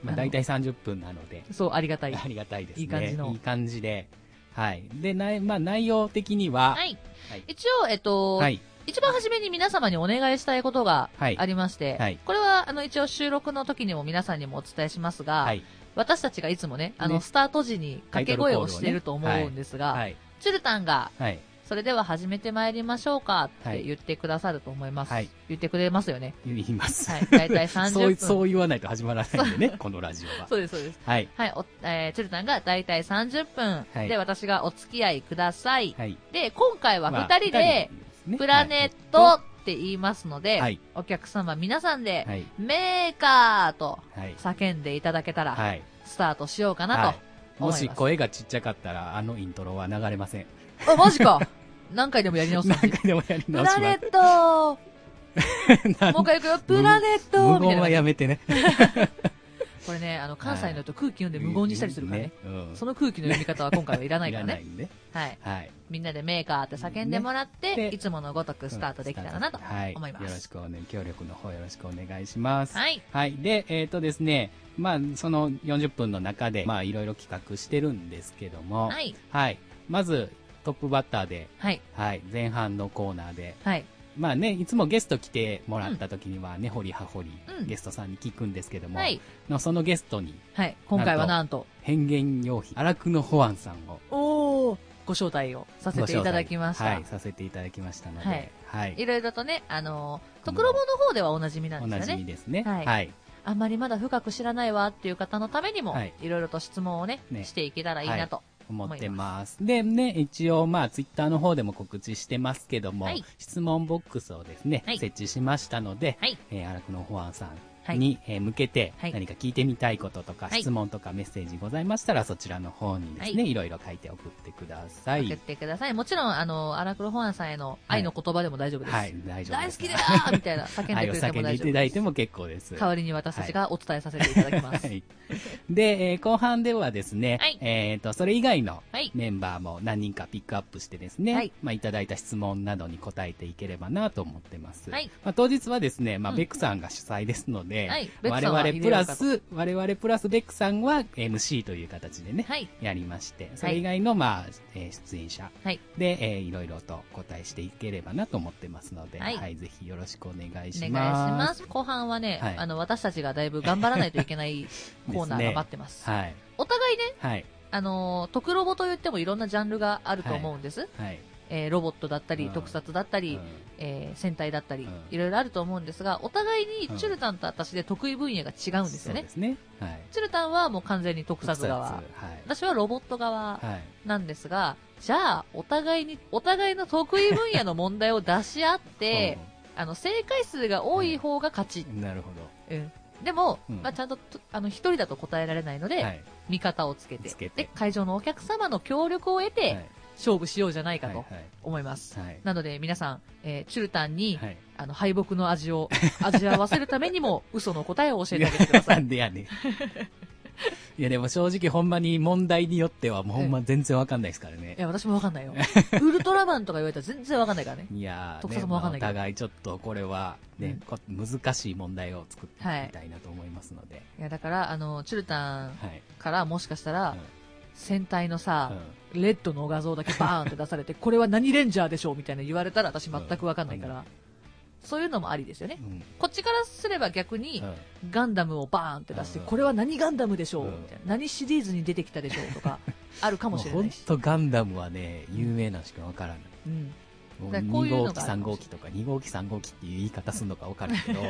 S2: ま
S1: あの
S2: あ、大体30分なので、
S1: そう、ありがたい。
S2: ありがたいですね。
S1: いい感じの
S2: いい感じで。はい。で、ない、まあ、内容的には、
S1: はい。
S2: はい
S1: 一応、えっと、
S2: はい。
S1: 一番初めに皆様にお願いしたいことが
S2: はい
S1: ありまして、
S2: はい
S1: これは、あの、一応収録の時にも皆さんにもお伝えしますが、
S2: はい。
S1: 私たちがいつもね、あの、
S2: ね
S1: スタート時に掛け声をしていると思うんですが、
S2: はい。
S1: チュルタンが、
S2: はい。
S1: それでは始めてまいりましょうかっ
S2: は
S1: て
S2: い
S1: 言ってくださると思います。
S2: はい
S1: 言ってくれますよね。
S2: 言います。
S1: はい。だいたい30分。
S2: そう、
S1: そう
S2: そう言わないと始まらないんでね、このラジオは。
S1: です、そうです。
S2: はい。
S1: はい、おえー、チュルタンがだいたい30分、
S2: はい
S1: で、私がお付き合いください。
S2: はい。
S1: で、今回は
S2: まあ
S1: 2人で、、
S2: 二人ですね
S1: プラネットって言いますので、
S2: はい
S1: お客様皆さんで、
S2: はい。
S1: メーカーと
S2: はい。
S1: 叫んでいただけたら、
S2: はい。
S1: スタートしようかなと
S2: はい
S1: 思い
S2: も
S1: ます。
S2: し声がちっちゃかったら、あのイントロは流れません。
S1: あ、マジか。 何回でもやり直す。
S2: 何回でもやり
S1: プ
S2: 直しま
S1: ラ
S2: す。
S1: ネットもう一回行くよ。プラネットみ
S2: 無
S1: たいな
S2: 言は
S1: 感じ。
S2: やめてね。
S1: これね、あの、関西の人空気読んで無言にしたりするからね。。
S2: うん。
S1: その空気の読み方は今回はいらないから
S2: らな
S1: ね
S2: い。んで。
S1: はい。
S2: はい。
S1: みんなでメーカーって叫んでもらって、
S2: ねで
S1: いつものごとくスタートできたらなと思い
S2: は
S1: ま
S2: い。よろし
S1: す。
S2: くお願い、協力の方よろしくお願いします。。
S1: はいい。
S2: で、えっ、とですね、まあ、その40分の中で、まあ、いろいろ企画してるんですけども、
S1: はい。
S2: はい。まず、トップバッターで、
S1: はい。
S2: はい。前半のコーナーで、
S1: はい。
S2: まあね、いつもゲスト来てもらった時には、ねほりはほり
S1: うん、
S2: ゲストさんに聞くんですけども、
S1: はい。
S2: のそのゲストに、
S1: はい。今回はなんと、
S2: 変幻用品、荒久野保安さんを
S1: おー、ご招待をさせ
S2: ご
S1: て
S2: 招
S1: いただ
S2: 待
S1: きました。
S2: はい、させていただきましたので、
S1: は
S2: はいい。
S1: いろいろとね、あのー、とくろぼの方ではおなじみな
S2: お
S1: んで
S2: な
S1: すよね
S2: じみ。ですね。
S1: はい
S2: はい。
S1: あんまりまだ深く知らないわっていう方のためにも、
S2: はいい、
S1: ろいろと質問をね
S2: ね
S1: していけたらいいなと。
S2: 思ってます。でね、一応まあ、ツイッターの方でも告知してますけども、
S1: はい
S2: 質問ボックスをですね、
S1: はい
S2: 設置しましたので、
S1: はい
S2: えー、荒久野保安さん
S1: はい
S2: に、えー向けて
S1: はい
S2: 何か聞いてみたいこととか、
S1: はい
S2: 質問とかメッセージございましたら、そちらの方にですね、
S1: はい
S2: い、ろいろ書いて送ってくださ
S1: 送っ
S2: い。
S1: てください。もちろん、あの、荒黒ホアンさんへの愛の言葉でも大丈夫です。
S2: はい、大丈夫
S1: 大
S2: で
S1: 好
S2: す。
S1: きだーみたいな叫ん
S2: は
S1: で
S2: い、
S1: くれ
S2: お
S1: て
S2: 酒
S1: も
S2: に
S1: 大丈夫
S2: いていた
S1: で
S2: だい
S1: す。
S2: ても結構です。
S1: 代わりに私たちがお伝えさせていただきます。
S2: は
S1: はい。
S2: い。で、えー後半ではですね、
S1: はい
S2: えっ、と、それ以外の
S1: はい
S2: メンバーも何人かピックアップしてですね、
S1: はい
S2: まあ、いただいた質問などに答えていければなと思ってます。
S1: はい
S2: まあ、当日はですね、まあ、
S1: うん
S2: ベックさんが主催ですので、
S1: はいベック
S2: 我
S1: さんは
S2: 々プラス、我々プラスベックさんは MC という形でね、
S1: はい。
S2: やりまして、それ以外の、まあ、えー出演者
S1: はい
S2: で、えーいろいろとお答えしていければなと思ってますので、
S1: はい
S2: ぜひよろしくお願い
S1: お願
S2: し
S1: いし
S2: ま。
S1: ますす。後半はね、
S2: はい
S1: あの、私たちがだいぶ頑張らないといけないコーナーが待ってます。
S2: はい。
S1: お互いね、
S2: はい。
S1: あの、特ロボと言ってもいろんなジャンルがあると思うんです。
S2: はい。
S1: えーロボットだったり、
S2: うん
S1: 特撮だったり、
S2: うん
S1: えー戦隊だったり、
S2: うん
S1: いろいろあると思うんですが、お互い
S2: うん
S1: にチュルタンと私で得意分野が違うんですよ
S2: そう
S1: ね
S2: で。すね。はい。
S1: チュルタンはもう完全に特撮側
S2: は、い。
S1: 私はロボット側
S2: はい。
S1: なんですが、じゃあ、お互いに、お互いの得意分野の問題を出し合って、あの正解数が多い方が勝ち、
S2: なるほど。
S1: うんでも、
S2: うん
S1: まあ、ちゃんととあの一人だと答えられないので、
S2: はい。
S1: 味方をつけて
S2: つけて
S1: で会場のお客様の協力を得て、
S2: はい
S1: 勝負しようじゃないか
S2: はい
S1: と思います、
S2: はい。
S1: なので皆さん、えーチュルタンに、
S2: はい。
S1: あの敗北の味を味わわせるために も嘘の答えを教えてあげてくださ
S2: ないんで やねん。いやでも正直ほんまに問題によってはもうほんま全然わかんないですからね
S1: い。や私もわかんないよウルトラマンとか言われたら全然わかんないからね
S2: いやー、
S1: 徳
S2: ね
S1: さんもわかん
S2: まあ
S1: ない
S2: お
S1: けど
S2: 互いちょっとこれはね、こ難しい問題を作って
S1: はい
S2: みたいなと思いますので。
S1: いやだからあのチュルタン
S2: はい。
S1: からもしかしたら、
S2: うん
S1: 戦隊のさ、
S2: うん
S1: レッドの画像だけバーンって出されて、 これは何レンジャーでしょうみたいな言われたら私全くわかんないから、
S2: うん
S1: そういうのもありですよね。
S2: うん
S1: こっちからすれば逆に、
S2: うん
S1: ガンダムをバーンって出して、
S2: うん
S1: これは何ガンダムでしょう
S2: うん
S1: みたいな。何シリーズに出てきたでしょうと か、あるかもしれ
S2: も
S1: な
S2: うほ
S1: い
S2: ん
S1: し。
S2: とガンダムはね、有名なんしかわからない。
S1: うん。
S2: もう
S1: だからこういうのが
S2: 2号機、3号機とか、2号機、3号機っていう言い方するのかわかるけ ど、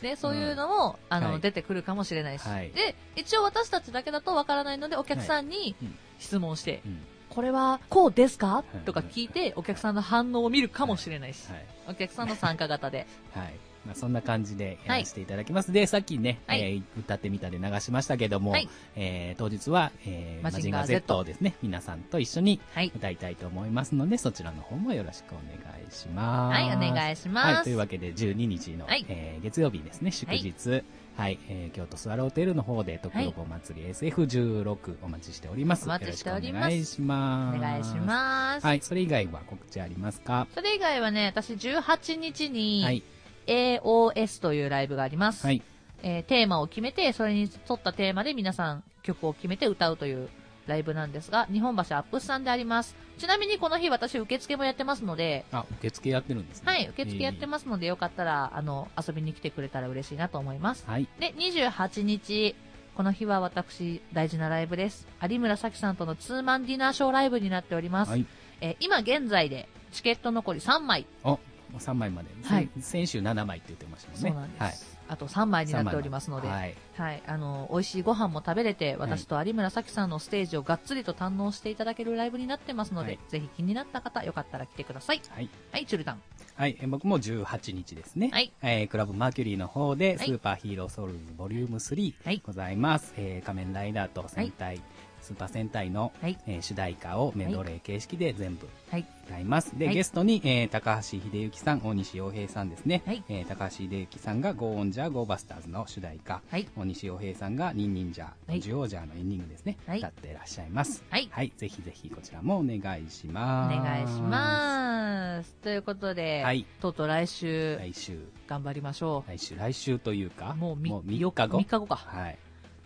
S1: で、そういうのも、あの、
S2: はい
S1: 出てくるかもしれないし。
S2: はい
S1: で、一応私たちだけだとわからないので、お客さんに
S2: うん
S1: 質問して、
S2: うん
S1: これはこうですか
S2: うん
S1: とか聞いて、お客さんの反応を見るかもしれないし。
S2: はい。
S1: お客さんの参加型で。
S2: はい。まあ、そんな感じでや
S1: はい
S2: らせていただきます。で、さっきね、
S1: はい
S2: えー歌ってみたで流しましたけども、
S1: はい
S2: えー当日は、えー、
S1: マ
S2: マ
S1: ジ
S2: ジ
S1: ン
S2: ン
S1: ガ
S2: ガ
S1: ー
S2: ー
S1: Z
S2: Z をですね、皆さんと一緒に
S1: はい。
S2: 歌いたいと思いますので、そちらの方もよろしくお願いします。
S1: はい、お願いします。
S2: はい、というわけで12日の、
S1: はい
S2: えー月曜日ですね、祝日。はいえー京都スワローテルの方で、特
S1: はい
S2: ロボ祭り SF16 お待ちしております。
S1: お待ちしております
S2: よろしくお願いします。
S1: お願いします。
S2: はい、それ以外は告知ありますか
S1: それ以外はね、私18日
S2: は
S1: に
S2: い、
S1: AOS というライブがあります。
S2: はい、
S1: えーテーマを決めて、それに沿ったテーマで皆さん曲を決めて歌うというライブなんですが、日本橋アップスさんであります。ちなみにこの日私受付もやってますので、
S2: あ、受付やってるんですね。
S1: はい、受付やってますので、よかったら、あの、遊びに来てくれたら嬉しいなと思います。
S2: はい。
S1: で、28日、この日は私、大事なライブです。有村咲さんとのツーマンディナーショーライブになっております。
S2: はい。
S1: えー今現在で、チケット残り3枚
S2: お、3枚まで。
S1: はい
S2: 先先週7枚って言ってましたもん
S1: そ
S2: ね。
S1: うなんです。あと3枚
S2: はい。
S1: になっておりますので、
S2: 三枚
S1: はい、
S2: はい。
S1: あの、美味しいご飯も食べれて、私と有村咲さんのステージをがっつりと堪能していただけるライブになってますので、
S2: はい
S1: ぜひ気になった方、よかったら来てください。
S2: はい。
S1: はい、チュルタン。
S2: はい。えー僕も18日ですね。
S1: はい
S2: えークラブマーキュリーの方で、
S1: はい
S2: スーパーヒーローソウルズボリューム3
S1: はい
S2: ございます。えー仮面ライダーと戦隊、スーパー戦隊の、
S1: はい
S2: えー主題歌をメドレー形式で全部
S1: はい。
S2: 歌います。で、
S1: はい
S2: ゲストに、えー高橋秀幸さん、大西洋平さんですね。
S1: はい
S2: えー高橋秀幸さんが、ゴーオンジャー、ゴーバスターズの主題歌。
S1: はい。
S2: 大西洋平さんが、ニンニンジャ
S1: はい
S2: ー、ジュオージャーのエンディングですね。
S1: はい
S2: 歌ってらっしゃいます。
S1: はい。
S2: はい、ぜひぜひこちらもお願いし
S1: お
S2: ます。
S1: 願いします。ということで、
S2: はい
S1: とうとう来週、
S2: 来週、
S1: 頑張りましょ
S2: 来週、来週というか、
S1: もうみ
S2: 3日
S1: う。
S2: 後。
S1: 3日後か。
S2: はい。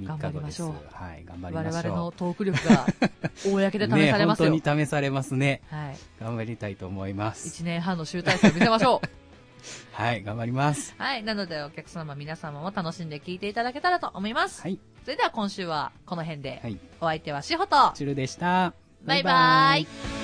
S1: 頑張り
S2: 3日後
S1: ま
S2: で
S1: し
S2: す。
S1: ょう
S2: はい、頑張り
S1: 我
S2: ま
S1: 々
S2: しょ
S1: の
S2: う。
S1: トーク力が、公で試されますよ。
S2: ね、本当に試されますね。
S1: はい。
S2: 頑張りたいと思います。
S1: 1年半の集大成を見せまし ょう。
S2: はい、頑張ります。
S1: はい。なので、お客様、皆様も楽しんで聞いていただけたらと思います。
S2: はい、
S1: それでは今週はこの辺で、
S2: はい、
S1: お相手はしほと
S2: チュルでした。
S1: バイバイ